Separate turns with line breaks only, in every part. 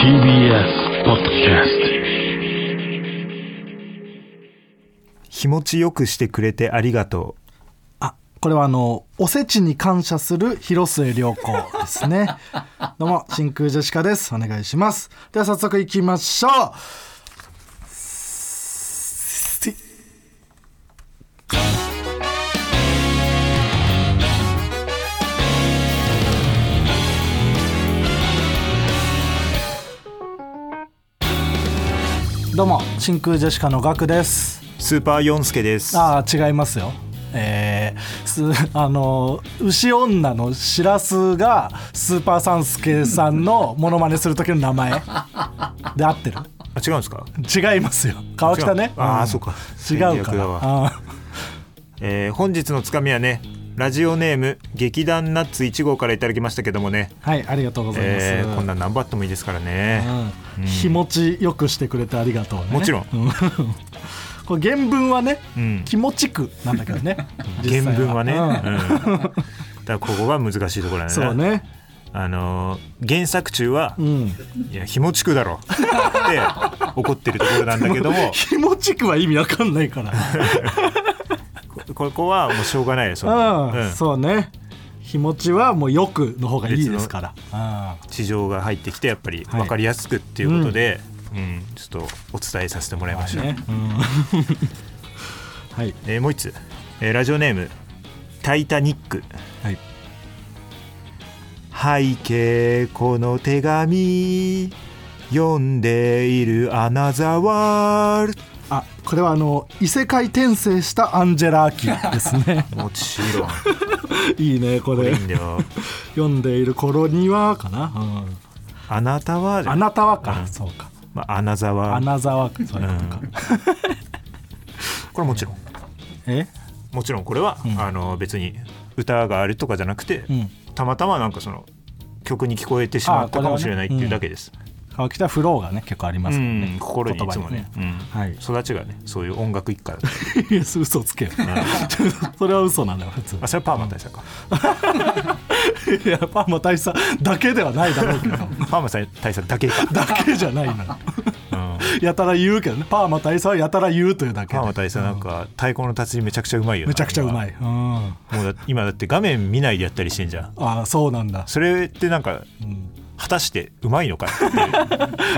TBS ポッドキャス
日持ちよくしてくれてありがとう
あこれはあのおせちに感謝する広末涼子ですねどうも真空ジェシカですお願いしますでは早速いきましょうせどうも真空ジェシカのガクです
スーパーヨンスケです
ああ違いますよえー、す あの牛女のしらすがスーパーサンスケさんのモノマネする時の名前で合ってる
あ違うんですか
違いますよ川北ね
違うあー
ん
そうか
違う
最
か
悪
ら
だわ
あ
えー本日のつかみはねラジオネーム劇団ナッツ1号からいただきましたけどもね、
ーはいありがとうございます、
えーこんなん何バットもいいですからね、
うん、日持ちよくしてくれてありがとうね
もちろん
うん これ原文はね、
うん
気持ちくなんだけどね 実際
原文はね、
う
うんんだからここが難しいところだね
そうね
あのー原作中は、
うん
いやひもちくだろって怒ってるところなんだけども
気持ちくは意味わかんないから
ここはもうしょうがないよその、
う、
うんん
そうね日持ちはもうよくの方がいいですから
地上が入ってきてやっぱり
はい
分かりやすくっていうことで、うんちょっとお伝えさせてもらいまし
うん
た、
ねうん はい
えーもう一つ、えーラジオネーム「タイタニック」
はい
背景この手紙読んでいるアナザーワール
あこれはあの異世界転生したアンジェラ・アキです ね
ドもちろん
いいねこ
これ
れ
いいんだよ
読んでいる頃にはかな、 うん
あなたは
あなたはか、
うん
そうか
まあ、アナザーワー
ア
ルド
ナザーはかそういうことか、
これもちろん
え
もちろんこれは、あの別に歌があるとかじゃなくて、
うん
たまたまなんかその曲に聞こえてしまったかもしれないっていうだけです、
川北フローがね結構あります
う
から
ん
ね、
心にいつもね
言葉
う
に
ん
はい
育ちがねそういう音楽一 家だった
いや嘘つけよ それは嘘なんだよ普通
あそれはパーマ大佐か、
いやパーマ大佐だけではないだろうけど
パーマ大佐だけか、
だけじゃないのよ
うん
やたら言うけどねパーマ大佐はやたら言うというだけで
パーマ大佐なんか太鼓の達人めちゃくちゃうまいよな
めちゃくちゃうまい、うん、あ
今もうだ今だって画面見ないでやったりしてんじゃん
あそうなんだ
それってなんか、果たしてうまいのかっていう感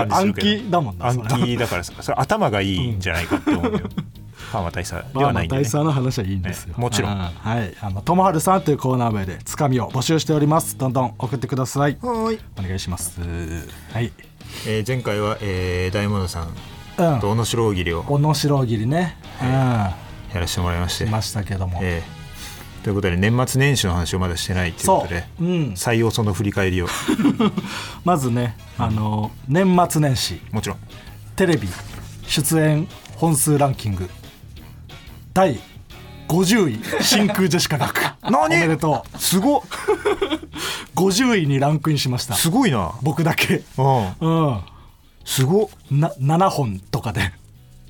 じするけど
暗記だもんなそれ
暗記だからさそれ頭がいいんじゃないかって思うよ、パーマ大佐
パ
では
ー
ないんで、
マ大
ね、
佐の話はいいんですよ、
ねもちろん
ああはいあの「ともはるさん」というコーナー名でつかみを募集しておりますどんどん送ってください
はーい、
お願いしますはい
えー前回は、えー大物さん
うん
と小野城切を
小野白切りね、
やらせてもらいまし
う
て
んいましたけども、
えーということで年末年始の話をまだしてないというこ
そ
とで
う、うん、
採用その振り返り を
まずねあの年末年始
もちろん
テレビ出演本数ランキング第50位真空ジェシカ学
何
おめでと
すごっ
う50位にランクインしました
すごいな
僕だけ
うん
うん
すごっ
な7本とかで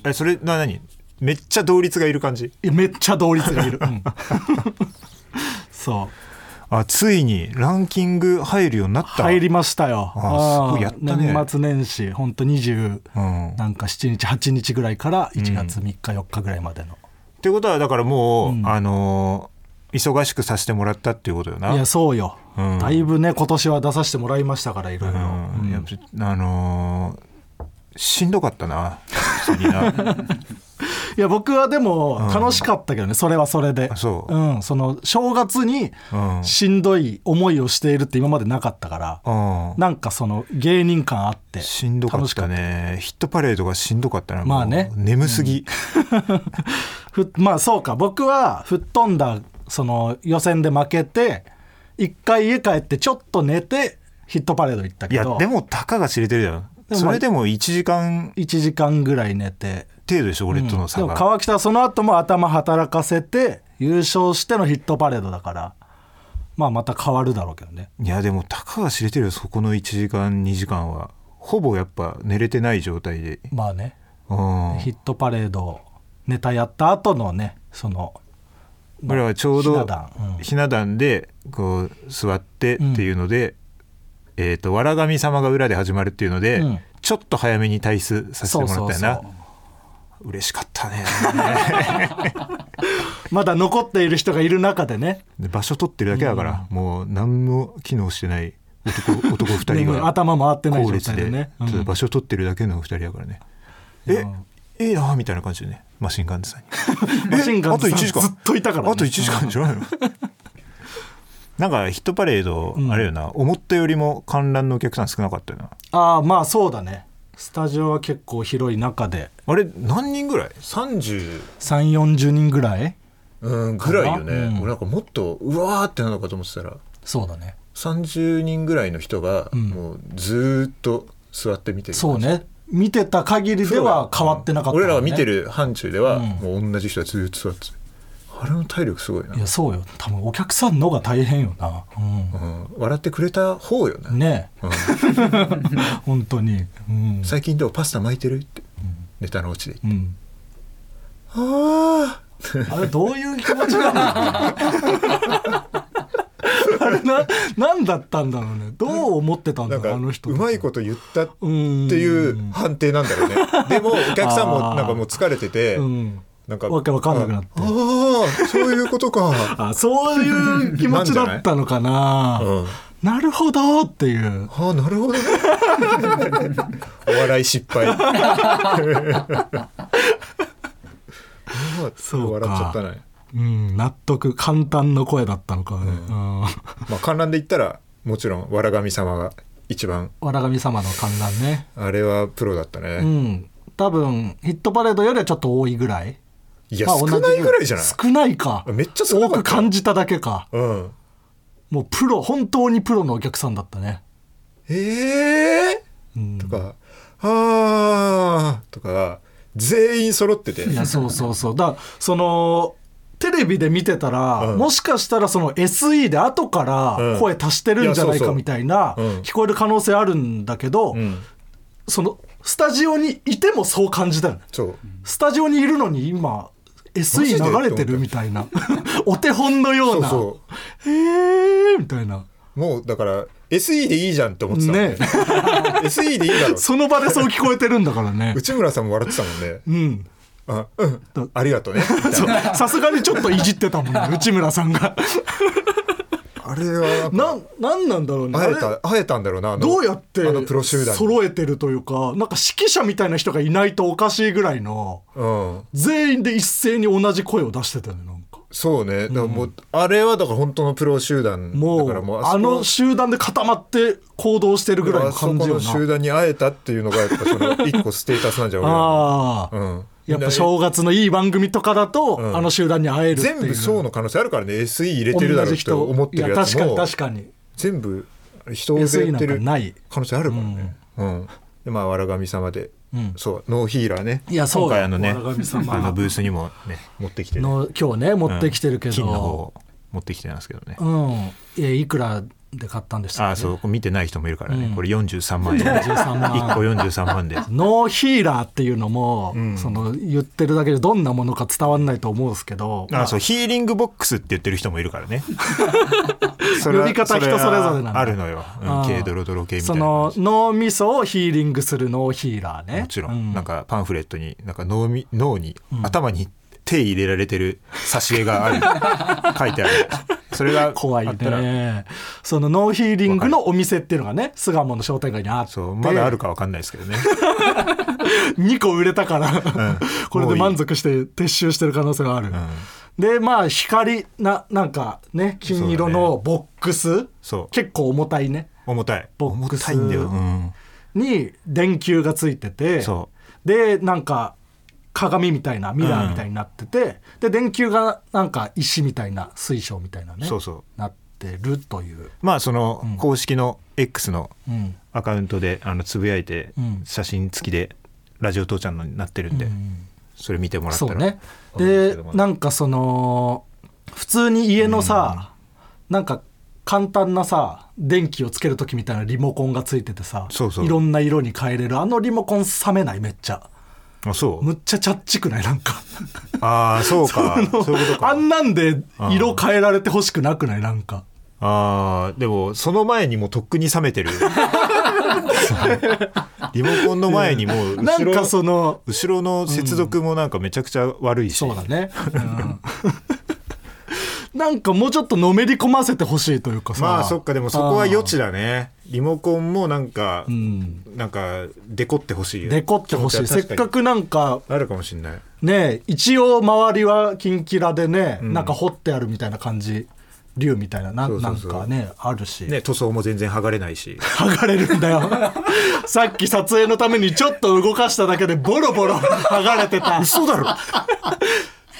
えそれな何めっちゃ同率がいる感じ
いやめっちゃ同率がいる、うん そ
あついにランキング入るようになっ
う
た
入りましたよ
あす
うん
ごいやったね
年末年始ほんと20
うん
なんか7日8日ぐらいから1月3日4日ぐらいまでの、
ってことはだからもう、あのー忙しくさせてもらったっていうことよない
やそうよ、
うん
だいぶね今年は出させてもらいましたからいろいろ、
うんやっぱあのーしんどかったな普通に な
いや僕はでも楽しかったけどね、それはそれで、
あそうん
その正月に
うん
しんどい思いをしているって今までなかったから、
うん
なんかその芸人感あって
しんどか
楽
っ
しか
た
っ
ねヒットパレードがしんどかったなもう
まあね
眠すぎ、
ふまあそうか僕は吹っ飛んだその予選で負けて一回家帰ってちょっと寝てヒットパレード行った
い
け
や
ど
でもたかが知れてるよ
でもま
そ
あ
れでも1時間
1時間ぐらい寝て
程度でしょ俺との
で
差
も
が、
川北はその後も頭働かせて優勝してのヒットパレードだからまあまた変わるだろうけどね
いやでもたかが知れてるよそこの1時間2時間はほぼやっぱ寝れてない状態で
まあね
うん
ヒットパレードネタやった後のねその
俺はちょうど
ひな壇うん
ひな壇でこう座ってっていうので、えっ、と、わら神様が裏で始まるっていうので、
うん
ちょっと早めに退出させてもらったよな。嬉しかったね。
まだ残っている人がいる中でね
で場所取ってるだけだから、もう何も機能してない男男2人
ね
が
頭回ってない
後
状
列
態
で、
でね、
ただ
うん
場所取ってるだけの2人だからね、
うん
えいいなみたいな感じでねマシンガンズさんに
マシンガンズさん
えあと1時間
ずっといたからね
あと1時間じゃ ないのなんかヒットパレード、
うん
あれよな思ったよりも観覧のお客さん少なかったよな
ああまあそうだねスタジオは結構広い中で
あれ何人ぐらい ?30
3 4 0人ぐらい
うんぐらいよね、
うん
俺なんかもっとうわーってなのかと思ってたら
そうだね
30人ぐらいの人が
うん
もうずーっと座って見てる
そうね見てた限りでは変わってなかったもんね、
俺らが見てる範疇では
うん、
もう同じ人がずーっと座ってたあれの体力すごいない
やそうよ多分お客さんのが大変よな、う
うん、笑ってくれた方よな、
ん、ね
うん
え 本当にうん、
最近どうパスタ巻いてるってネタのオチで
うん、
あ
あれどういう気持 ちなのあれな何だったんだろうねどう思ってた
あ
ん
なん
だろう
か
あの人
うまいこと言ったっ
とって
いう判定なんだろうねでもお客さんも
あー
なんかもう疲れてて
うん
なんか
わけわかんなくなって
ああそういうこと か
あそういう気持ちだったのかなな,、
うん
るほどっていう
ああなるほどね お笑い失敗
そうか
笑っちゃったね
うん納得簡単の声だったのかね、うん
まあ観覧で言ったらもちろんわら神様が一番
わらがみ様の観覧ね
あれはプロだったね、
うん多分ヒットパレードよりはちょっと多いぐらい
いや、
まあ
少
同じ
ないぐらいじゃない
少ないか
めっちゃ少な
多
かった
く感じただけか
うん
もうプロ本当にプロのお客さんだったね、
ええ
う
ー、
ん
とか「あー」とか全員揃ってて
いやそうそうそうだからそのテレビで見てたら、
うん
もしかしたらその SE で後から声足してるんじゃな
うんいやそう
い
そ
か
う
みたいな、
うん
聞こえる可能性あるんだけど、
うん
そのスタジオにいてもそう感じたよね
そう
スタジオにいるのに今
マジで
SE 流れてるみたいな お手本のよ
そうう
な
そ
へえみたいな
うもうだから SE でいいじゃんって思ってたもんね
ね
SE でいいだろう
その場でそう聞こえてるんだからね
内村さんも笑ってたもんね
うん
「あうんありがとうね」みたい
そう
な
さすがにちょっといじってたも んね内村さんが
あれはなんか
なんなんなんだろうねあ
会え
れ
た会えたんだろうなあの
どうやって
あのプロ集団に
揃えてるというかなんか指揮者みたいな人がいないとおかしいぐらいの
うん
全員で一斉に同じ声を出してたよねなんか
そうねだからもう、あれはだから本当のプロ集団
も
だから
う
もうそ
あ
こ
の集団で固まって行動してるぐらいの感じよ
あそこの集
な
団に会えたっていうのがやっぱその一個ステータスなんじゃ俺らの
ああ、
うん
やっぱ正月のいい番組とかだと、
ん
あの集団に会えるっていう
全部そうの可能性あるからね SE 入れてるだろうと思ってるやつ
いや確
も
かに確かに
全部人をやってる
SE なんかない
可能性あるからね、うんでまあわら神様で、
うん
そうノーヒーラーね
いやそうよ
今回あのね
わら神様
あのブースにもね持ってきてね、
の今日ね持ってきてるけ
金の方
ど、
を持ってきてますけどね、
うんいやいくらで買ったんでした
あ
っ
あ
け
そうこれ見てない人もいるからね、
うん
これ43万円
43万
1個43万で
ノーヒーラーっていうのも、
ん
その言ってるだけでどんなものか伝わんないと思うんですけど、
あそうヒーリングボックスって言ってる人もいるから ねそ
呼び方人それぞれなんだ
はあるのよ、うん
あー
軽ドロドロ系みた
そ
いな感
の
じ
脳みそをヒーリングするノーヒーラーね
もちろん、
う
なんかパンフレットになんか脳み脳に、頭に手入れられてる挿絵があ る書いてあるそれが
怖
あっ
い
たら
ねそのノーヒーリングのお店っていうのがね巣鴨の商店街にあって
そうまだあるかわかんないですけどね
2個売れたから、 これで満足して撤収してる可能性はある、でまあ光ななんかね金色のボックス、
そう
結構重たいね
重たい
ボックス
重たいんだよ、うん
に電球がついてて
そ
でなんか鏡みたいなミラーみたいになってて、で電球がなんか石みたいな水晶みたいなね
そうそう
なってるという、
まあその公式の X の
うん
アカウントであのつぶやいて
うん
写真付きでラジオ父ちゃんのになってるんで、それ見てもらった
そ
ら
うね
わかるんですけ
で
ども
なんかその普通に家のさ、なんか簡単なさ電気をつける時みたいなリモコンがついててさ
そうそう
ろんな色に変えれるあのリモコン冷めないめっちゃ
あそう
むっちゃチャッチくないなんか
ああそうかそういうことか
あんなんで色変えられてほしくなくないなんか
ああーでもその前にもうとっくに冷めて るリモコンの前にもう
な
後
ん
ろ
かその
後ろの接続もなんかめちゃくちゃ悪いし、
そうだね、うんなんかもうちょっとのめり込ませてほしいというかさ
まあそっかでもそこは余地だねリモコンもなんか、
うん
なんかデコってほしいよ
デコってほしい
気
せ
持
っ
ちは確
かくなんか
にあるかもしれない
ね一応周りはキンキラでね、なんか掘ってあるみたいな感じ竜みたいなな
そうそうそう
なんかねあるし、
ね塗装も全然剥がれないし
剥がれるんだ よさっき撮影のためにちょっと動かしただけでボロボロ剥がれてた
嘘 だろ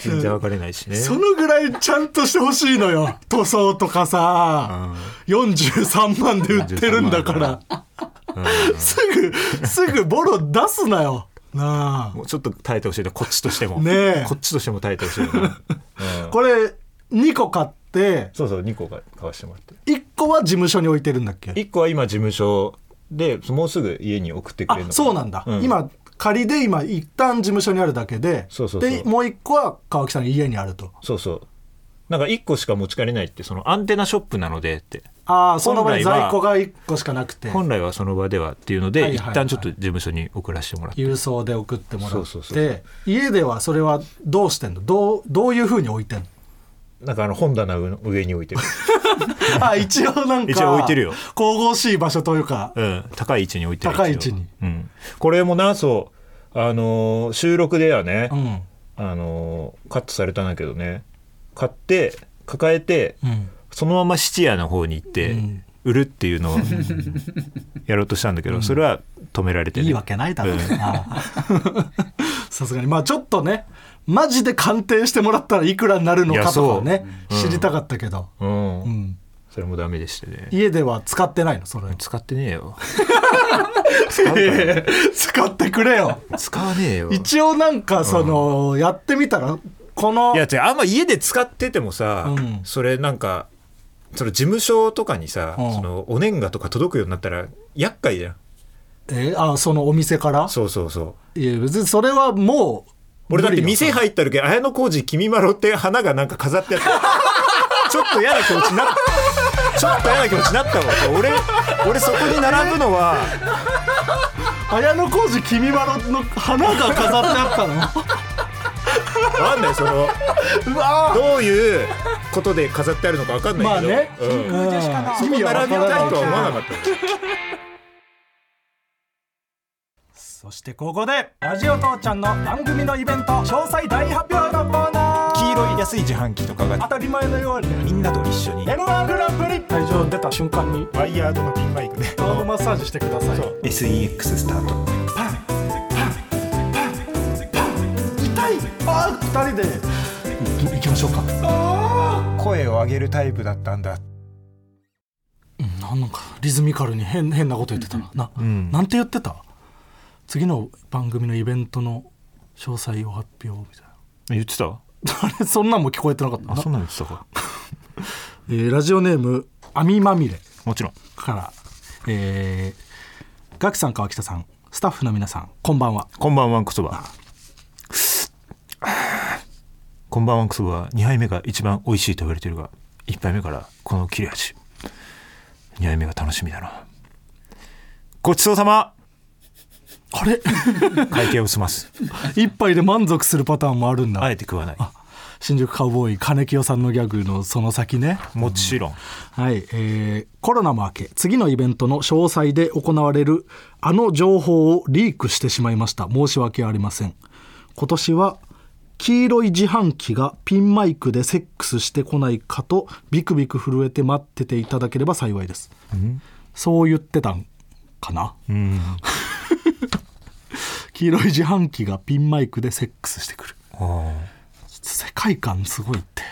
全然剥がれないしね
そのぐらいちゃんとしてほしいのよ塗装とかさ、43万で売ってるんだから、すぐすぐボロ出すなよなあ
もうちょっと耐えてほしいなこっちとしても
ねえ
こっちとしても耐えてほしい な、うん
これ2個買って
そうそう2個が買わしてもらって
1個は事務所に置いてるんだっけ
1個は今事務所でもうすぐ家に送ってくれる
あ
の
そうなんだ、
うん
今仮で今一旦事務所にあるだけで
そうそうそう
でもう1個は川木さんの家にあると
そうそうなんか1個しか持ち帰れないってそのアンテナショップなのでって
ああその場に
本来は
在庫が1個しかなくて
本来はその場ではっていうので、
はいはいはい
一旦ちょっと事務所に送らせてもらって
郵送で送ってもらって
そうそうそう
家ではそれはどうしてんのどうどういうふうに置い てんの
なんかあの本棚の上に置いてる、
あ一応なんか
一応置いてるよ
神々しい場所という か、
うん、高い位置に置いてる
高い位置に、
うん、これもなそうあのー収録ではね、
うん
あのーカットされたんだけどね買って抱えて、
うん、
そのまま質屋の方に行って、
うん
売るっていう のをやろうとしたんだけど、それは止められて、ね、
いいわけないだろう
うん
な さすがにまあちょっとねマジで鑑定してもらったらいくらになるのかとかはね
いやそう
知りたかったけど、
うん
うん、
それもダメでしたね
家では使ってないのそれ
使ってねえ よ
使ってくれよ
使わねえよ
一応なんかその、やってみたらこの
いや違うあんま家で使っててもさ、
うん
それなんかその事務所とかにさ、
うん
そのお年賀とか届くようになったら厄介じゃん
えあそのお店から
そうそうそう
いや別にそれはもう
俺だって店
無理よ
入った時綾小路君まろって花がなんか飾ってあった ちょっと嫌な気持ちになったちょっと嫌な気持ちになったわ俺俺そこに並ぶのは
綾小路君まろの花が飾って あっ
わかんないその
たのうわ
どういうことで飾ってあるのかわかん
ーま
な
あ
いけど、
ね、
うん
うん
そこ並びたいとは思わなか
っ
った
たそしてここでラジオ父ちゃんの番組のイベント詳細大発表のコーナー
黄色い安い自販機とか
当
が
たり前のように
みんなと一緒に
m 1グランプリ会場出た瞬間に
ワイヤードのピンマイクで
顔のマッサージしてください
SEX スタート
痛いあー二人でいき行きましょうか
声を上げるタイプだったんだ
なんなんかリズミカルに変変なこと言ってたなな,、
ん
んて言ってた次の番組のイベントの詳細を発表みたいな
言ってた
あれそんなんも聞こえてなかったな
そんなの言ってたか
えーラジオネーム「網まみれ
もちろん」
からえー、ガクさん川北さんスタッフの皆さんこんばんは
こんばんはんこそばこんばんはんこそばは2杯目が一番美味しいと言われてるが1杯目からこの切れ味2杯目が楽しみだなごちそうさま
あ れ
会計を済ます
一杯で満足するパターンもあるんだ、
あえて食わない
新宿カウボーイ金清さんのギャグのその先ね
もちろん
はい、えーコロナも明け次のイベントの詳細で行われるあの情報をリークしてしまいました申し訳ありません今年は黄色い自販機がピンマイクでセックスしてこないかとビクビク震えて待ってていただければ幸いです、そう言ってたんかな、黄色い自販機がピンマイクでセックスしてくる
あー
世界観すごいって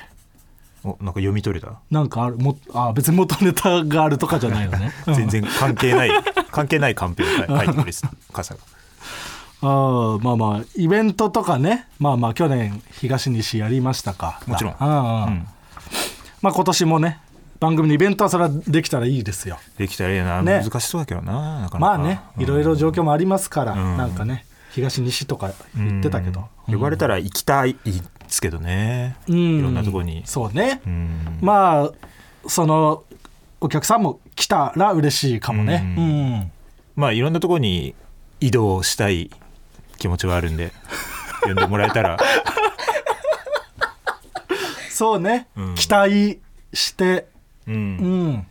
おなんか読み取れた
なんかあるもあ別に元ネタがあるとかじゃないよね
全然関係ない関係ないカンペを書いてくれてた傘が
ああまあまあイベントとかねまあまあ去年東西やりましたか
もちろん
ああまあ今年もね番組のイベントはそれはできたらいいですよ
できたらいいな、
ね
難しそうだけどななかな
まあ
か
ねいろいろ状況もありますから、なんかね東西とか言ってたけど
呼ばれたら行きたいですけどね、
うん
いろんなとこに
そうね、
うん
まあそのお客さんも来たら嬉しいかもね。
う
うん
まあいろんなところに移動したい気持ちはあるん で呼んでもらえたら
そうね、
うん
期待して、
う、
うんん、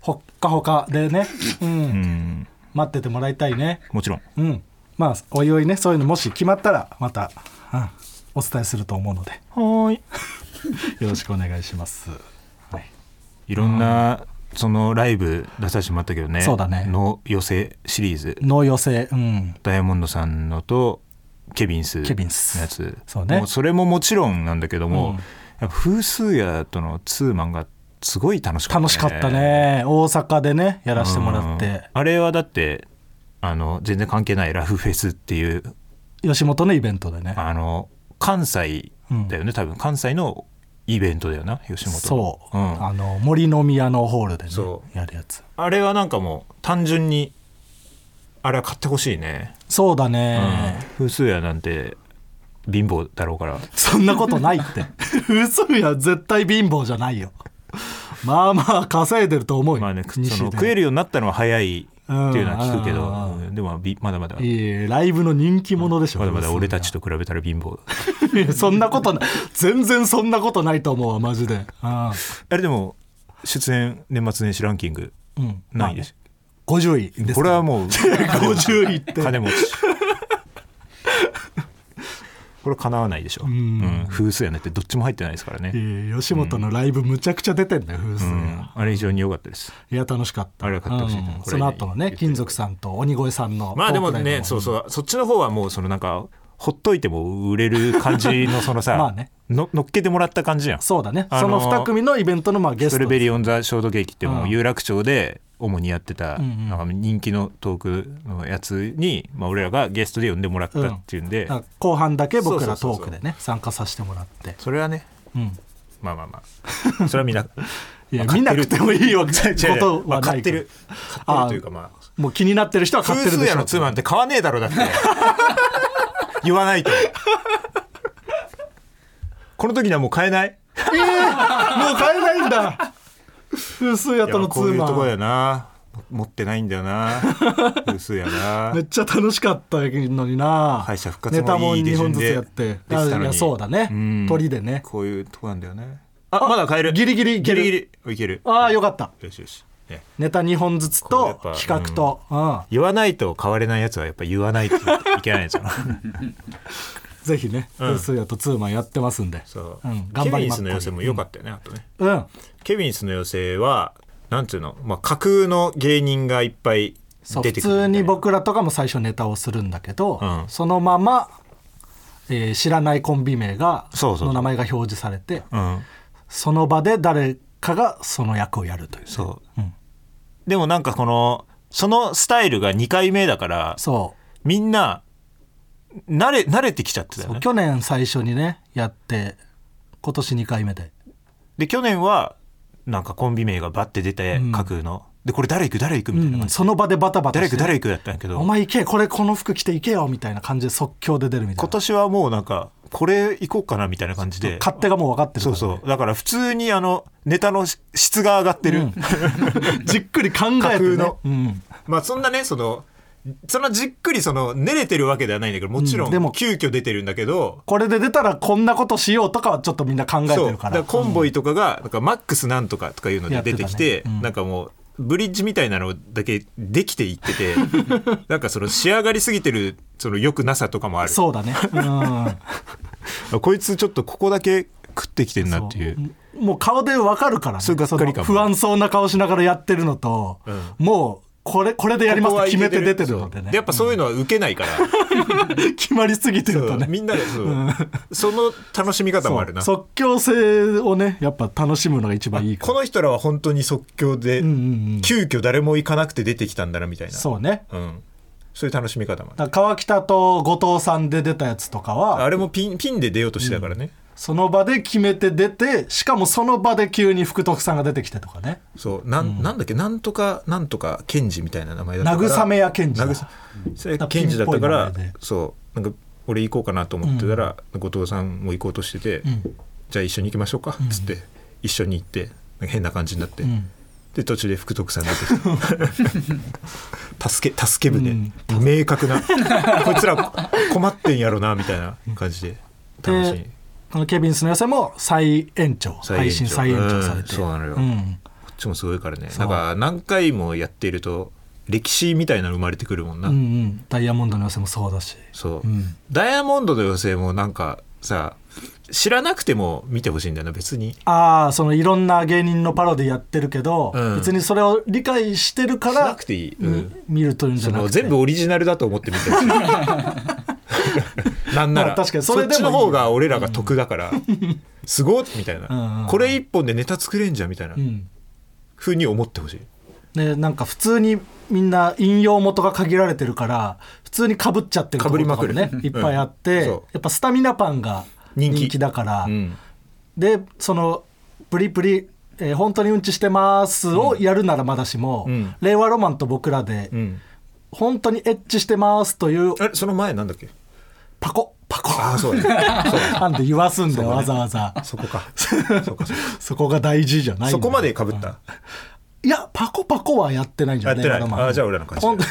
ほっかほかでね、うん
うん、
待っててもらいたいね。
もちろん
うん、まあおいおいねそういうのもし決まったらまた、うん、お伝えすると思うので
はい
よろしくお願いします。はい、
いろんなそのライブ出させてもらったけどね
そうだね
の寄せシリーズ
の寄せ、うん、
ダイヤモンドさんのとケビンス
ケビンス
のやつ
そうね
もそれももちろんなんだけども、
うん
やっぱ風数屋とのツーマンがすごい楽しかった、
楽しかったね大阪でねやらせてもらっ
うん
て、
あれはだってあの全然関係ないラフフェスっていう
吉本のイベントでね
あの関西だよね、多分関西のイベントだよな吉本の
そう、
うん
あの森の宮のホールでね
そ
やるやつ
あれはなんかもう単純にあれは買ってほしいね、
そうだ
うん
ね、
風数屋なんて貧乏だろうから
そんなことないって 嘘や絶対貧乏じゃないよまあまあ稼いでると思うよ、
まあね、そ
西
の
で
食えるようになったのは早いっていうのは聞くけど、
うん
うんでもびまだまだ、
いえいえライブの人気者でしょ、
まだまだ俺たちと比べたら貧 乏
いやそんなことない全然そんなことないと思うわマジであ
あれでも出演年末年始ランキング
うん
何位でし
50位
た
です
これは もう
50位って
金持ちこれ叶わないでしょ、うんん、風水やねってどっちも入ってないですからね、
いや吉本のライブむちゃくちゃ出てんだよ風水
う
が、
ん、あれ非常に良かったです
いや楽しかった
あれは買ってほしいな
うん
これ
その後のね金属さんと鬼越さんの
まあでも
トークライ
ね
ブ
そうそうそっちの方はもうそのなんかほっといても売れる感じのそのさ
まあね
の乗っけてもらった感じやん
そうだね、
あのー
その2組のイベントのまあゲス
スト
ト
レベリー・オン・ザ・ショートケーキっても
う
うん有楽町で主にやってた
うんうん
なんか人気のトークのやつに、まあ、俺らがゲストで呼んでもらったっていうんで、
だから後半だけ僕
そう
ら
そう
ト
そう
ー
そう
クでね参加させてもらって、
それはね
うん、
まあまあまあそれはみんな
いや見なくてもいいわけない
違う違
こ
う
と
まあ
はな
買っ
い
て
けど
る買ってるというかまあ
もう気になってる人は買って
風
る
数
でし
屋
ょ
の
う
妻なんて買わねえだろ だって言わないとこの時にはもう買えない
えーもう買えないんだ風水屋
いや
とのツ
こう
ー
いうとこ
マン
やな持ってないんだよ な風数やな
めっちゃ楽しかったのにな
敗者復活もいい
ネタも
手順
2本ずつ
で
やって
できたのに
あいやそうだね
うん
鳥でね
こういうとこなんだよねあまだ買える
ギリギリいけ
ギ
る
リギリおいける
ああよかった
よしよし、ね、
ネタ2本ずつ
これやっ
と
ぱ
企画と、うん
言わないと買われないやつはやっぱ言わないといけないじゃん
ぜひね
うん
風水屋とツーマンやってますんで
そう、
うん
ケ
頑
ビ
張り
ン
ます
スの寄せも良かったよね、あとね
うん
ケビンスの寄せはなんていうの、まあ、架空の芸人がいっぱい
そう
出
普
てくるみた
通
いな
に僕らとかも最初ネタをするんだけど、
うん
そのまま、えー知らないコンビ名が
そうそうそう
の名前が表示されて
うん
その場で誰かがその役をやるという
そう、
うん
でもなんかこのそのスタイルが2回目だから
そう
みんな慣れ慣れてきちゃってたよね
去年最初にねやって今年2回目で
で去年はなんかコンビ名がバッて出て
うん
架空の、でこれ誰行く誰行くみたいな感じ、
その場でバタバタ
誰
し
行
て
く誰行くだったんやけど
お前行けこれこの服着て行けよみたいな感じで即興で出るみたい
今
な
年はもうなんかこれ行こうかなみたいな感じで
勝手がもう分かってるか
そ
ら
う
ね
そうだから普通にあのネタの質が上がってる、
うん じっくり考え
架空
てね
の
うん
まあそんなねそのそのじっくりその寝れてるわけではないんだけどもちろ
うん
ん、
でも
急遽出てるんだけど
これで出たらこんなことしようとかはちょっとみんな考えて
そう
る
だ
か
かららコンボイとかがなんかマックスなんとかとかいうので出てき
やって
て
たねうん
なんかもうブリッジみたいなのだけできていって てなんかその仕上がりすぎてるその良くなさとかもある
そうだね、うん、
あこいつちょっとここだけ食ってきてんなっていう
もう顔で分かるから、ね、
そういうがっかり感も
その不安そうな顔しながらやってるのと、もうこれこれでやりますって決めて出てるのでね
そうやっぱそういうのは受けないから、
決まりすぎてるとね
みんなでそう、その楽しみ方もあるな
そう即興性をねやっぱ楽しむのが一番いいか
こ
ら
の人らは本当に即興で、
うんうんうん
急遽誰も行かなくて出てきたんだなみたいな
そうね
う,、ん、そういう楽しみ方もある
だから川北と後藤さんで出たやつとかは
あれもピンピンで出ようとしてたからね、
その場で決めて出てしかもその場で急に福徳さんが出てきてとかね
そうなん,、なんだっけなんとかなんとか賢治みたいな名前だったから
慰めや賢治だ
慰めそれ賢治だったか
なん
ら
かピンっぽい名前で
そうなんか俺行こうかなと思ってたら、後藤さんも行こうとしてて、じゃあ一緒に行きましょうかっつって、一緒に行ってなんか変な感じになって、
ん
で途中で福徳さんが出てき た助け助け舟、
うん
明確なこいつら困ってんやろなみたいな感じで楽しみ
であのケビンスの寄せも再延長
再延長
配信再延長されて
うんそうなのよ
ん
こっちもすごいからね
そ
な
う
んか何回もやっていると歴史みたいなの生まれてくるもんな、
うんうんダイヤモンドの寄せもそうだし
そう、
うん
ダイヤモンドの寄せもなんかさ知らなくても見てほしいんだよな別に
ああそのいろんな芸人のパロディやってるけど、
うん
別にそれを理解してるか
しな
ら
くていい、うん
み見るというんじ
そ
ゃなく
の
て
全部オリジナルだと思って見てほ しいなんな
ま
ら
あ確かにそれでもいい
っちの方が俺らが得だから、すごっみたいな、
うんうん
これ一本でネタ作れんじゃんみたいな、
うん
ふうに思ってほしい
ね、なんか普通にみんな引用元が限られてるから普通にかぶっちゃってるところとかも
被
ね
りまく
いっ
る
ぱいあって、
うん
や
そう
っぱスタミナパンが人
人気
気だから、
うん
でそのプリプリ、えー本当にうんちしてますをやるならまだしも、
うん
令和ロマンと僕らで、
うん
本当にエッチしてますという
あれその前なんだっけ
パコパコ
ああそうだねそうだね
なんで言わすんだよ、わざわざ
そこかそうかそうか
そこが大事じゃないんだよ
そこまでかぶった
いやパコパコはやってないんじ
や
ゃ
っ
ない
てない
まだまだ
あじゃあ俺らの感じ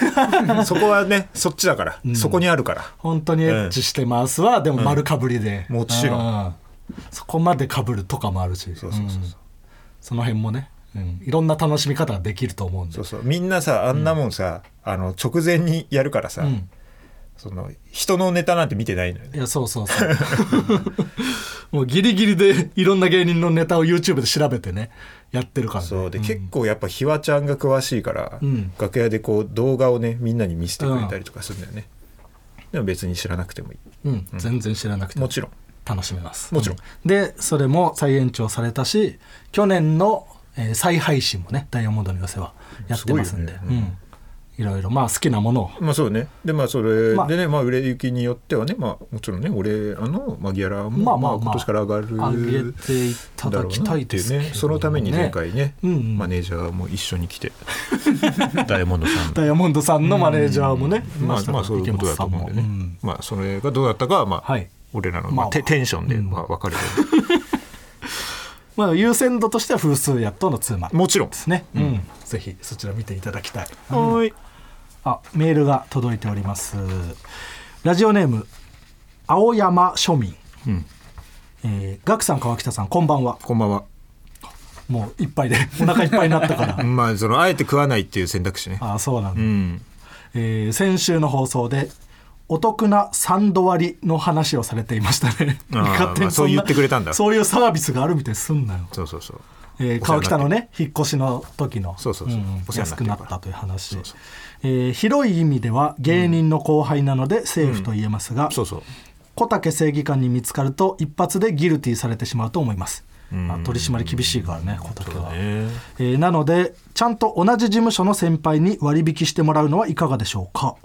でそこはねそっちだから、そこにあるから
本当にエッチしてますは、でも丸かぶりで、
もちろん
うんそこまでかぶるとかもあるし
そうそうそうそう
その辺もね、うん、いろんな楽しみ方ができると思うんで
そうそうみんなさあんなもんさ、あの直前にやるからさ、
ん
その人のネタなんて見てないのよね
いやそうそう そうもうギリギリでいろんな芸人のネタを YouTube で調べてねやってるからね、
そうで、結構やっぱひわちゃんが詳しいから、
うん
楽屋でこう動画をねみんなに見せてくれたりとかするんだよね、でも別に知らなくてもいい
うん、全然知らなくて
もちろん
楽しめます
もちろん
うでそれも再延長されたし去年の、えー再配信もね「ダイヤモンドの寄せ」はやってますんで
す
う
ごいよ
ん、いろいろまあ好きなものを
まあそうねでまあそれ
まあ
でね、まあ、売れ行きによってはね、まあ、もちろんね俺あのマギアラも、
ま
ま
あ
あ
まあまあ
今年から上がる
上げていただきたいですけど
だろうなっ
ね
てうそのために前回ね、
うんうん
マネージャーも一緒に来 てダイヤモンドさん
ダイヤモンドさんのマネージャーもね、い
まあ
した
ま
から
あそういうことだと思うんでね、
池本さんもうん
まあそれがどうだったかはまあ、
はい
俺らの、
ま
ま
あ
あ、テテンションで
うん
まあ分かるけど、
まあ、優先度としては風数やとのツーマン で
もちろん
すね、うんぜひそちら見ていただきたい、
はい
あメールが届いておりますラジオネーム青山庶民、
うん
えー、ガクさん川北さんこんばんは
こんばんは
もういっぱいでお腹いっぱいになったから
まあそのあえて食わないっていう選択肢ね
ああそうなんだ、
うん
えー先週の放送でお得なサンド割りの話をされていましたね
あー ま
勝手に
あ
そんな
そう言ってくれたんだ
そういうサービスがあるみたいにすんなよ
そうそうそう
えー、
お世話になっ
川
て
北のね引っ越しの時の
そうそうそうんお世話にな
安
っ
く
てる
な
から
ったという話
そう
えー広い意味では芸人の後輩なのでセーフと言えますが、
そうそう
小竹正義官に見つかると一発でギルティされてしまうと思います、
うん
あ取り締まり厳しいからね小竹
ね
は、えーなのでちゃんと同じ事務所の先輩に割引してもらうのはいかがでしょうか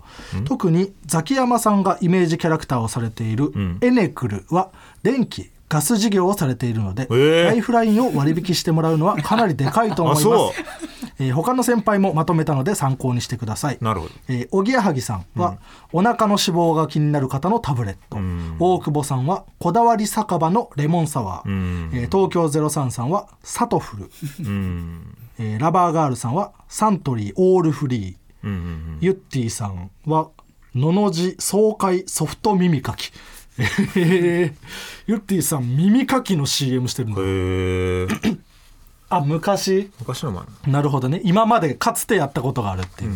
特にザキヤマさんがイメージキャラクターをされている
ん
エネクルは電気ガス事業をされているので、
ー
ライフラインを割引してもらうのはかなりでかいと思います
あそう
えー他の先輩もまとめたので参考にしてください
なるほど
えーおぎやはぎさんは、お腹の脂肪が気になる方のタブレット、
ん
大久保さんはこだわり酒場のレモンサワー、
うん
えー東京03さんはサトフル、
うん
えーラバーガールさんはサントリーオールフリー、
うんうん
ゆってぃさんはのの字爽快ソフト耳かきえーゆってぃさん耳かきの CM してる
う
の
んへえ
あ昔
昔のもある
なるほどね今までかつてやったことがあるっていう、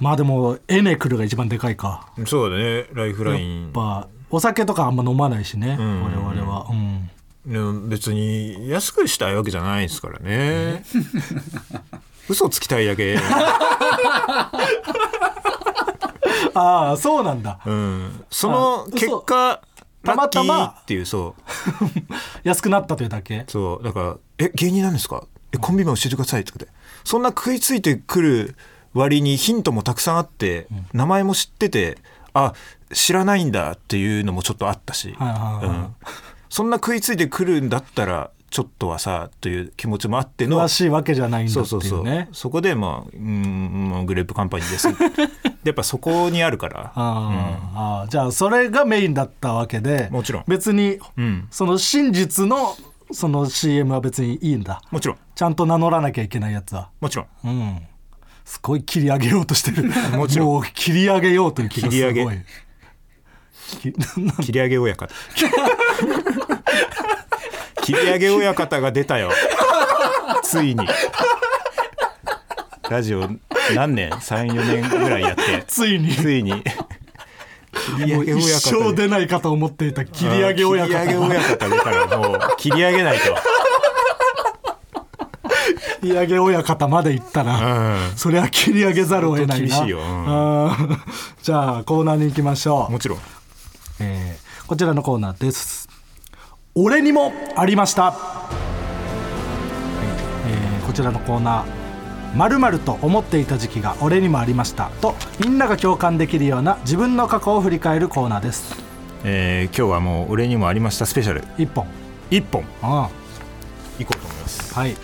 まあでもエネクルが一番でかいか
なそうだねライフライ
やっ
ン
ぱお酒とかあんま飲まないしね、
ん
我々は、うん、
ね別に安くしたいわけじゃないですからね嘘つきたいだけ
ああそうなんだ
うんその結果
た
た
ま
ま
た
た
ま
まっていうそう
安くなったというだけ
そうだから「え芸人なんですかえコンビ名教えてください」とかでそんな食いついてくる割にヒントもたくさんあって、名前も知っててあ知らないんだっていうのもちょっとあったし、
はいはいはい
うんそんな食いついてくるんだったらちょっとはさという気持ちもあっての
詳しいわけじゃないんだ
そう
って
そう
い
そうう
ね
そこでまあうんまあグレープカンパニーです でやっぱそこにあるから
ああああじゃあそれがメインだったわけで
もちろん
別に
うん
その真実のその CM は別にいいんだ
もちろん
ちゃんと名乗らなきゃいけないやつは
もちろん
うんすごい切り上げようとしてる
もちろん
う切り上げようという気がすご
切
い
り上げ
き
切り上げ親方切り上げ親方が出たよついにラジオ何年34年ぐらいやって
ついに
ついに切り
も
上
う
げ
一
親方
生
で
出ないかと思っていた切り上げ親
切り上げ
方
親方出たらもう切り上げないと
切り上げ親方まで行ったら、
う
それは切り上げざるを得ないな
相当厳しいようん
あーじゃあコーナーに行きましょ
ん
う
も、ちろん
えーこちらのコーナーです俺にもありました、えーこちらのコーナーまると思っていた時期が俺にもありましたとみんなが共感できるような自分の過去を振り返るコーナーです
えー今日はもう俺にもありましたスペシャル
一本
1本
うん
いこうと思います
はい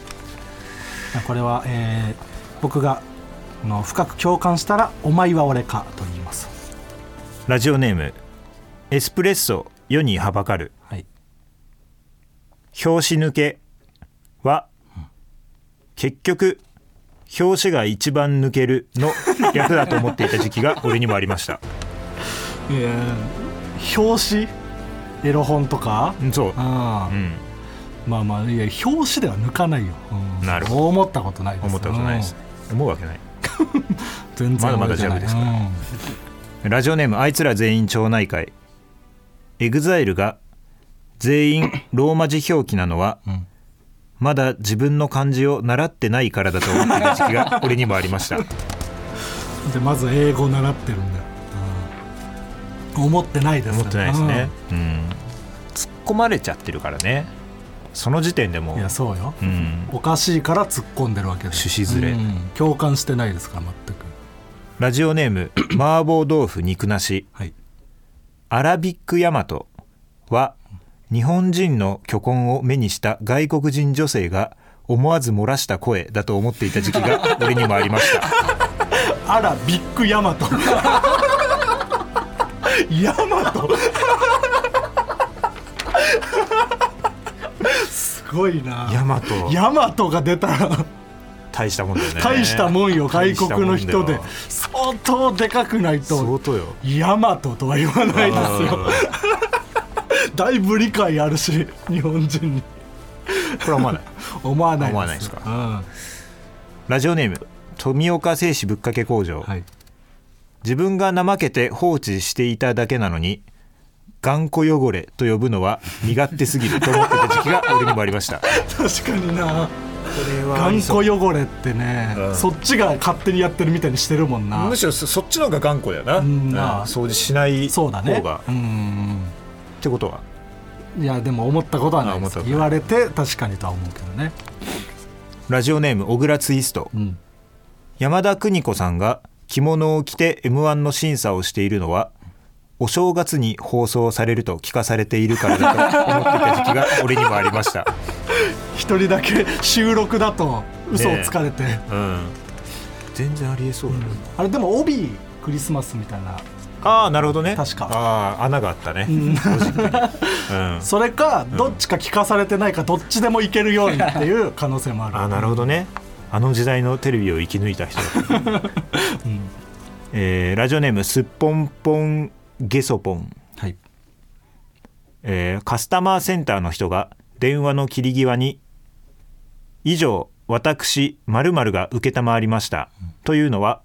これは、えー僕があの深く共感したら「お前は俺か」と言います
ラジオネームエスプレッソ世にはばかる
はい
拍子抜けは結局拍子が一番抜けるの略だと思っていた時期が俺にもありました
表紙エロ本とか
うんそう
う、ん
うん、
まあまあいや表紙では抜かないよ、うん
なるほど
そう思ったことないです
思ったことないです、思うわけない
うん全
まだ
然
まだ
俺じゃない
ジャブですから
うん
ラジオネームあいつら全員町内会エグザイルが全員ローマ字表記なのは、
ん
まだ自分の漢字を習ってないからだと思っていた時期が俺にもありました
でまず英語習ってるんだよ、うん思ってないです
思ってないですね、うん突っ込まれちゃってるからねその時点でも
うん
う
いやそうよ、
うん
おかしいから突っ込んでるわけで
趣旨ずれ
うん共感してないですから全く
ラジオネーム 麻婆豆腐肉なし
はい
アラビックヤマトは日本人の巨根を目にした外国人女性が思わず漏らした声だと思っていた時期 が俺にもありました
あらビッグヤマトヤマ トすごいな
ヤマト
ヤマトが出たら
大したもんだよね
大したもんよ外
大した
国
もんだよ
の人で相当でかくない
相
と
当よ
ヤマトとは言わないです よ
あ
だいぶ理解あるし日本人に
ーこれは 思わない
思わない
思わないですか
うん
ラジオネーム富岡製紙ぶっかけ工場、
はい、
自分が怠けて放置していただけなのに頑固汚れと呼ぶのは身勝手すぎると思ってた時期が俺にもありましたこ
確かにな
れ
頑固汚れってね、
うん
そっちが勝手にやってるみたいにしてるもんな
むしろそそっちの方が頑固だよな、
んな
うん掃除しない方
そう
が
だねうん
ってことはい
やでも思ったことはないで
あ
す
思ったことない
言われて確かにとは思うけどね、
ラジオネーム小倉ツイスト
うん、
山田邦子さんが着物を着て m 1の審査をしているのはお正月に放送されると聞かされているからだと思っていた時期が俺にもありま した、
一人だけ収録だと嘘をつかれて、
うん、全然ありえそうだね、
あれでも帯クリスマスみたいな
ああなるほどね
確か
ああ穴があったね、ロジックにうん、
それかどっちか聞かされてないかどっちでもいけるようにっていう可能性もある
ああなるほどねあの時代のテレビを生き抜い た人だ、えーラジオネームすっぽんぽんゲソポン、
はい
えーカスタマーセンターの人が電話の切り際に「以上私〇〇が承りました」というのは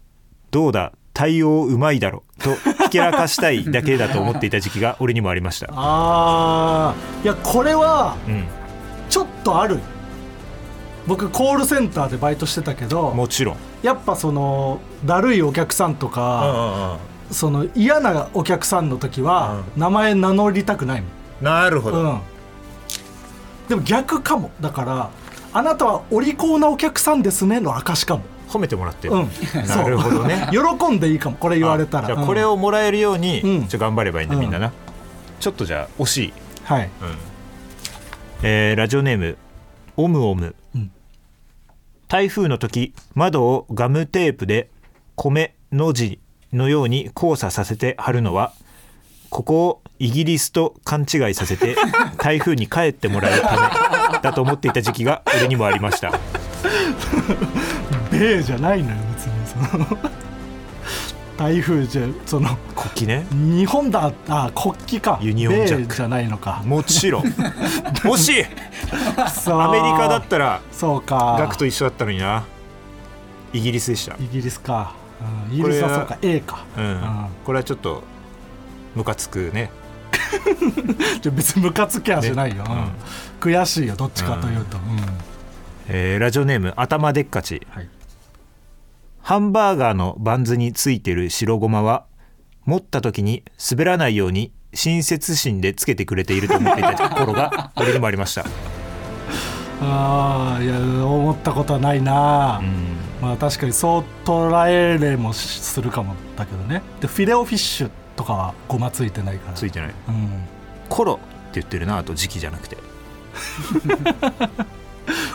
「どうだ対応うまいだろ」とひけらかしたいだけだと思っていた時期が俺にもありました、
あーいやこれは
うん、
ちょっとある僕コールセンターでバイトしてたけど
もちろん
やっぱそのだるいお客さんとか、その嫌なお客さんの時は、名前名乗りたくないもん
なるほ
うん、でも逆かもだからあなたはお利口なお客さんですねの証かも、
褒めてもらってる、
うん、
なるほどね
そう 喜んでいいかもこれ言われたら
じゃあこれ、
うん
をもらえるように、
う
ちょ
ん
っと頑張ればいいんだ、
うん
みんななちょっとじゃあ惜しい、
はい
えーラジオネームオムオム、
うん
台風の時窓をガムテープで米の字のように交差させて貼るのは ここをイギリスと勘違いさせて台風に帰ってもらうためだと思っていた時期が俺にもありま した
米じゃないのよ別にその台風じゃその
国旗ね
日本だあ国旗か
ユニオンジャック
米じゃない のか
もちろん もし
くそー
アメリカだったら
そうか
額と一緒だったのになイギリスでした、
イギリスか、うんイギリスはそうか A か、
う
うん
ん、これはちょっとムカつくね
じゃあ別にムカつきはしない
ね
よ、うん
うん
悔しいよどっちかというと、うん
えーラジオネーム頭でっかち
はい、
ハンバーガーのバンズについてる白ごまは持った時に滑らないように親切心でつけてくれていると思っていた頃が俺にもありました
ああいや思ったことはないな、
うん
まあ確かにそう捉えれもしするかもだけどねでフィレオフィッシュとかはごまついてないから
ついてない
うん、
頃って言ってるなあと時期じゃなくて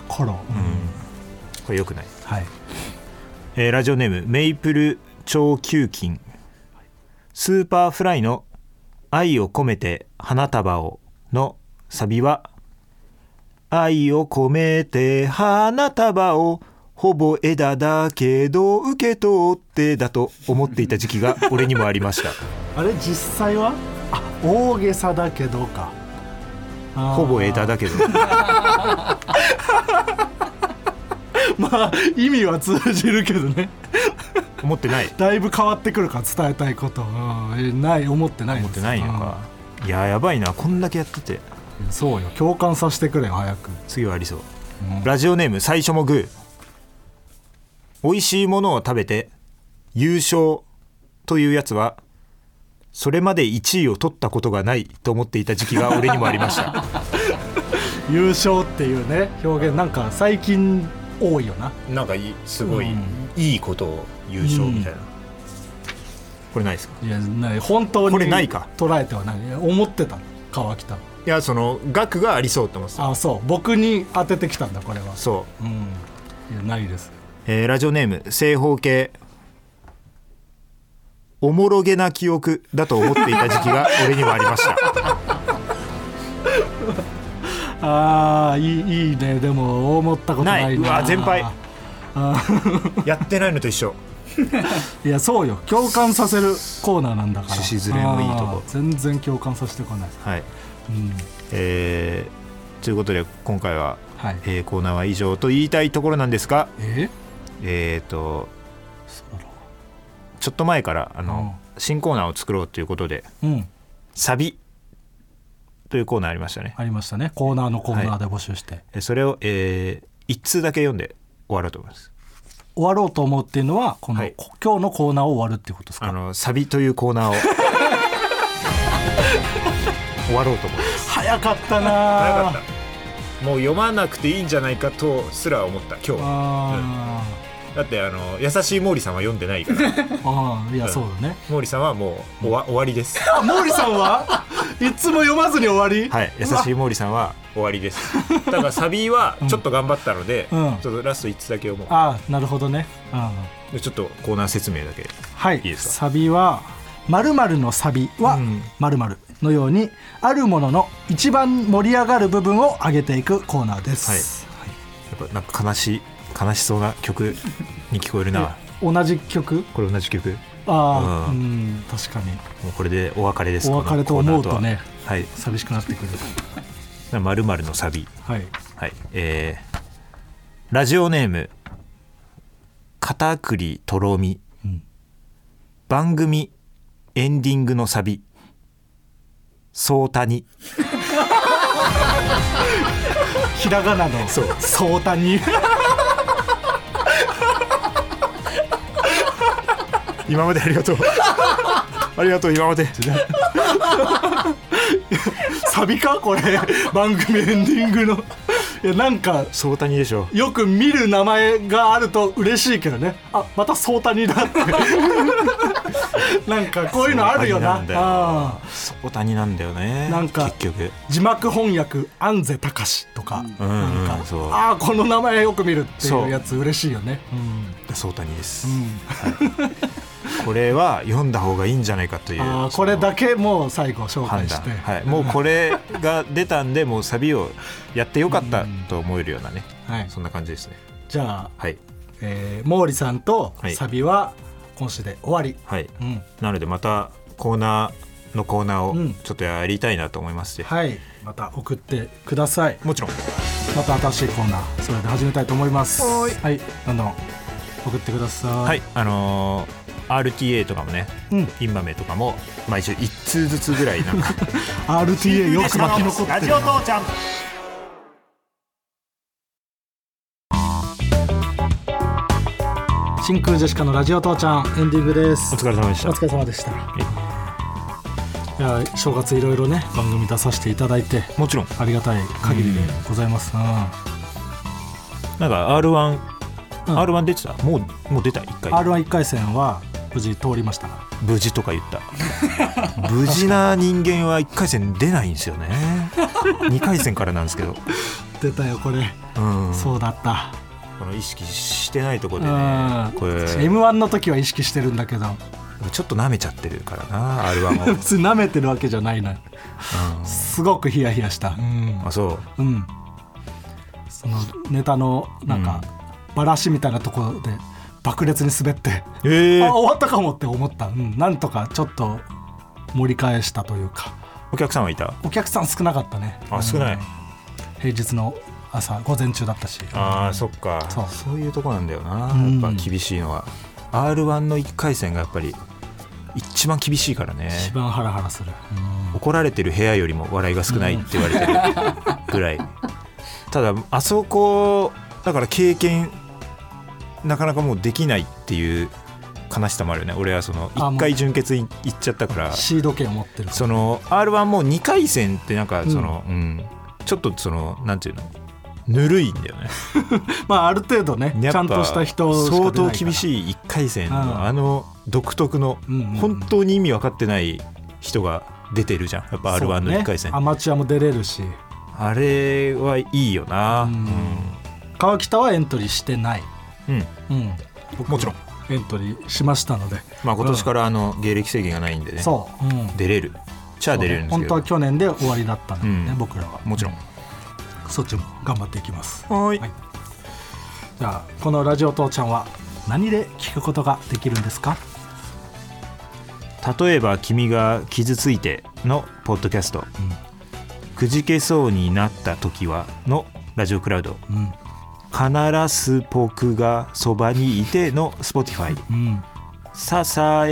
コロ、うん
これよくない、
はい
えーラジオネームメイプル超球菌スーパーフライの「愛を込めて花束を」のサビは「愛を込めて花束を」ほぼ枝だけど受け取ってだと思っていた時期 が俺にもありました
あれ実際はあ大げさだけどか あー
ほぼ枝だけど
まあ意味は通じるけどね
思ってない
だいぶ変わってくるから伝えたいこと、うんえない思ってない
思
思
ってないのか、いややばいなこんだけやってて
そうよ共感させてくれよ早く
次はありそう
うん
ラジオネーム最初もグー美味しいものを食べて優勝というやつはそれまで1位を取ったことがないと思っていた時期が俺にもありました
優勝っていうね表現なんか最近多いよな
なんかす
ごい
いいことを優
勝みたいな
これないですか
いやない本当に
これないか
捉えてはないいや思ってたの川北
いやその額がありそうと思って
あそう僕に当ててきたんだこれは
そう
うんいやないです
えーラジオネーム正方形おもろげな記憶だと思っていた時期が俺にもありました
ああいいいいねでも思ったことないな
ないうわ全敗 やってないのと一緒
いやそうよ共感させるコーナーなんだから
趣旨ずれもいいとこ
あー全然共感させてこない、
はい
うん
えーということで今回は、
はい、
えーコーナーは以上と言いたいところなんですが、
え
えー、と
そうだろ
ちょっと前からあの、新コーナーを作ろうということで
ううん
「サビ」というコーナーありましたね、
ありましたねコーナーのコーナーで募集して、
えそれを、え1通だけ読んで終わろうと思います
終わろうと思うっていうのはこの、
はい
こ今日のコーナーを終わるっていうことです
あ
か
のサビというコーナー を終わろうと思います
早かったなあ
もう読まなくていいんじゃないかとすら思った今日
あ
だってあの優しい毛利さんは読んでないから
ーあーいやそうだね
毛利さんはもう終わ終わりです
あ毛利さんはいつも読まずに終わり、
はい、優しい毛利さんは終わりです。だからサビはちょっと頑張ったので、
うん
ちょっとラスト1つだけ思う。
ああなるほどね、うん
でちょっとコーナー説明だけ。
はい
いですか
サビは〇〇のサビは
うん
〇〇のようにあるものの一番盛り上がる部分を上げていくコーナーです、
やっぱなんか悲しい悲しそうな曲に聞こえるな。
同じ曲
これ同じ曲。も
ああ
う
うんん確かに
うこれでお別れです。
お別れと思うとね
このコーナーとは。はい。
寂しくなってくる
まるまるのサビ。
はい
はい。えー、ラジオネーム片栗とろみ、
うん
番組エンディングのサビ。そうたに。
ひらがなの
そう
相談に
今までありがとう ありがとう今まで
サビかこれ番組エンディングのいやなんか
相谷でしょ
よく見る名前があると嬉しいけどねあまたソータニだって なんかこういうのあるよな
ソータニなんだよ相
ああ
谷なんだよね
なんか
結局
字幕翻訳安瀬隆とか、
うんうん
なんか
そう
ああこの名前よく見るってい
そうう
やつ嬉しいよね、うん
相谷です、
うん
これは読んだ方がいいんじゃないかという
あーこれだけもう最後紹
判
介し
断、
て、
はい、もうこれが出たんでもうサビをやってよかったと思えるようなね、
はい
そんな感じですね
じゃあ、
はい
えー毛利さんと
はい
サビは今週で終わり、
はい、
うん
なのでまたコーナーのコーナ
う
ー
ん
をちょっとやりたいなと思いますし、
はいまた送ってください
もちろん
また新しいコーナーそれで始めたいと思います
はーい
どんどん送ってください
はいあのー RTA とかもね
うん、
インマメとかも毎週1通ずつぐらい なんか
RTA よく巻き残ってるな
父ちゃん
真空ジェシカのラジオ父ちゃんエンディングです
お疲れ様でした
お疲れ様でしたいや正月いろいろね番組出させていただいて
もちろん
ありがたい限りでございますな、
なんか R1、
うん
R1 出てたもうもう出た一回
r 1 1回戦は無事通りましたか
無事とか言った無事な人間は1回戦出ないんですよ ね2回戦からなんですけど、
出たよこれ、
うん、
そうだった、
この意識してないとこ
う
でね
ん
これ
m 1の時は意識してるんだけど
ちょっと舐めちゃってるからな R1 を、
別に舐めてるわけじゃないな
う
すごくヒヤヒヤした
ん、あそう
うん、そのネタのなんか、バラシみたいなところで爆裂に滑って、
ええ
あ終わったかもって思った、うん、なんとかちょっと盛り返したというか
お客さんはいた
お客さん少なかったね
あ少ない、
平日の朝午前中だったし
あーそっか
そう
いうとこなんだよな
うん
やっぱ厳しいのは、r 1の1回戦がやっぱり一番厳しいからね
一番ハラハラする、
怒られてる部屋よりも笑いが少ないって言われてるぐらい、ただあそこだから経験なかなかもうできないっていう悲しさもあるよね俺はその
あもう
1回準決い行っちゃったから
シード権を持ってる
その r 1もう2回戦ってなんかその、うんちょっとそのなんていうのぬるいんだよね
まあある程度ね
やっ
ちゃ
ぱ
んとした人しか出な
相
いから
当厳しい1回戦
うん
のあの独特の
うんうんうん
本当に意味分かってない人が出てるじゃんやっぱ r 1の1回戦、
そうねアマチュアも出れるし
あれはいいよな、
うん川北はエントリーしてない、
うん
うん、
もちろん、
エントリーしましたので
まあ、今年からあの芸歴制限がないんでね、
そう、うん、
出れるじゃあ出れるんです
本
け
当
ど、
は去年で終わりだったんでね、
うん
僕らは
もちろん
そっちも頑張っていきます
はい
はいじゃあこの「ラジオ父ちゃん」は何で聞くことができるんですか
例えば「君が傷ついて」のポッドキャスト、くじけそうになった時は」のラジオクラウド
うん
「必ず僕がそばにいて」のスポティファイ
うん
支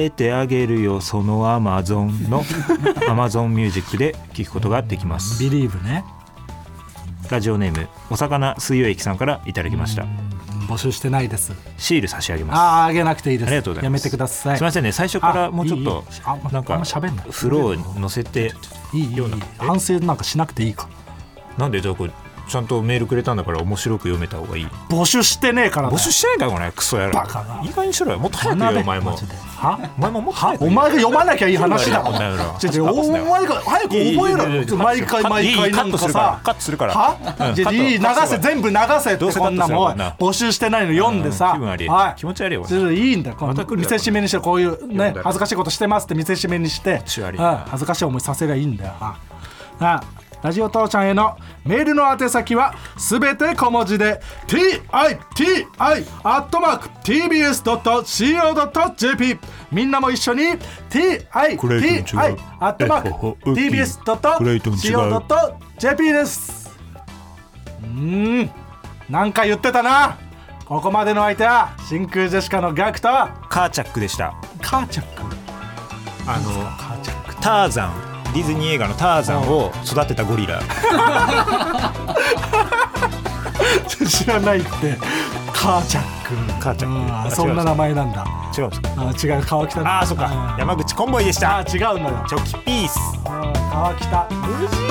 えてあげるよそのアマゾン のアマゾンミュージックで聞くことができます
ビリーブね
ラジオネームお魚水溶液さんからいただきました
募集してないです
シール差し上げます
あああげなくていいです
ありがとうございます
やめてください
すみませんね最初からもうちょっと
あいいいいあま
なん
あ
か
んま喋んない
フローに乗せて
いいいいいい
ような
反省なんかしなくていいから
なんでじゃあこれちゃんとメールくれたんだから面白く読めた方がいい
募集してねえからだよ
募集してないからこれクソ野郎
バカない
い加減にしろよもっと早く
学
言え
べ
よお前も
マジで
お
は
前ももっと早く
お前が読まなきゃいい話だ
こんな野郎
ちょちょお前が早く覚え
いやいやい
ろ
や
よ毎回毎
い
回
いカ
な
ッ
ん
ト
か
するから
さ
カットするから
は
うん
じゃあ
カット
いい流
カットする
せ
から
全部流せっ
どう
て
せカッ
こん
ト
な
する
もんおい
こんな
募集してないの読んでさ、
うん気分悪い
は
気持ち悪いよ
ちょっといいんだよこの
また来る
見
よ
せしめにしてこういう
だ
ね
よ
恥ずかしいことしてますって見せしめにして
ち悪い
うん恥ずかしい思いさせりゃいいんだよああラジオ父ちゃんへのメールの宛先はすべて小文字で TITI.tbs.co.jp みんなも一緒に TITI
クレイトン違う
アットマーク
えっとウッキークレイトン違う
tbs.co.jp ですうーん何回言ってたなここまでの相手は真空ジェシカのガクと
カーチャックでした
カーチャック
あの
カーチャック
ターザンディズニー映画のターザンを育てたゴリラ
って知らないってカーチャック
カーチャック
うん
あ
そんな
違う
名前なんだ
違うんですか
あ違う川北
ああそっか
あ
山口コンボイでした
違うのよ
チョキピース
うん川北無事カーチャック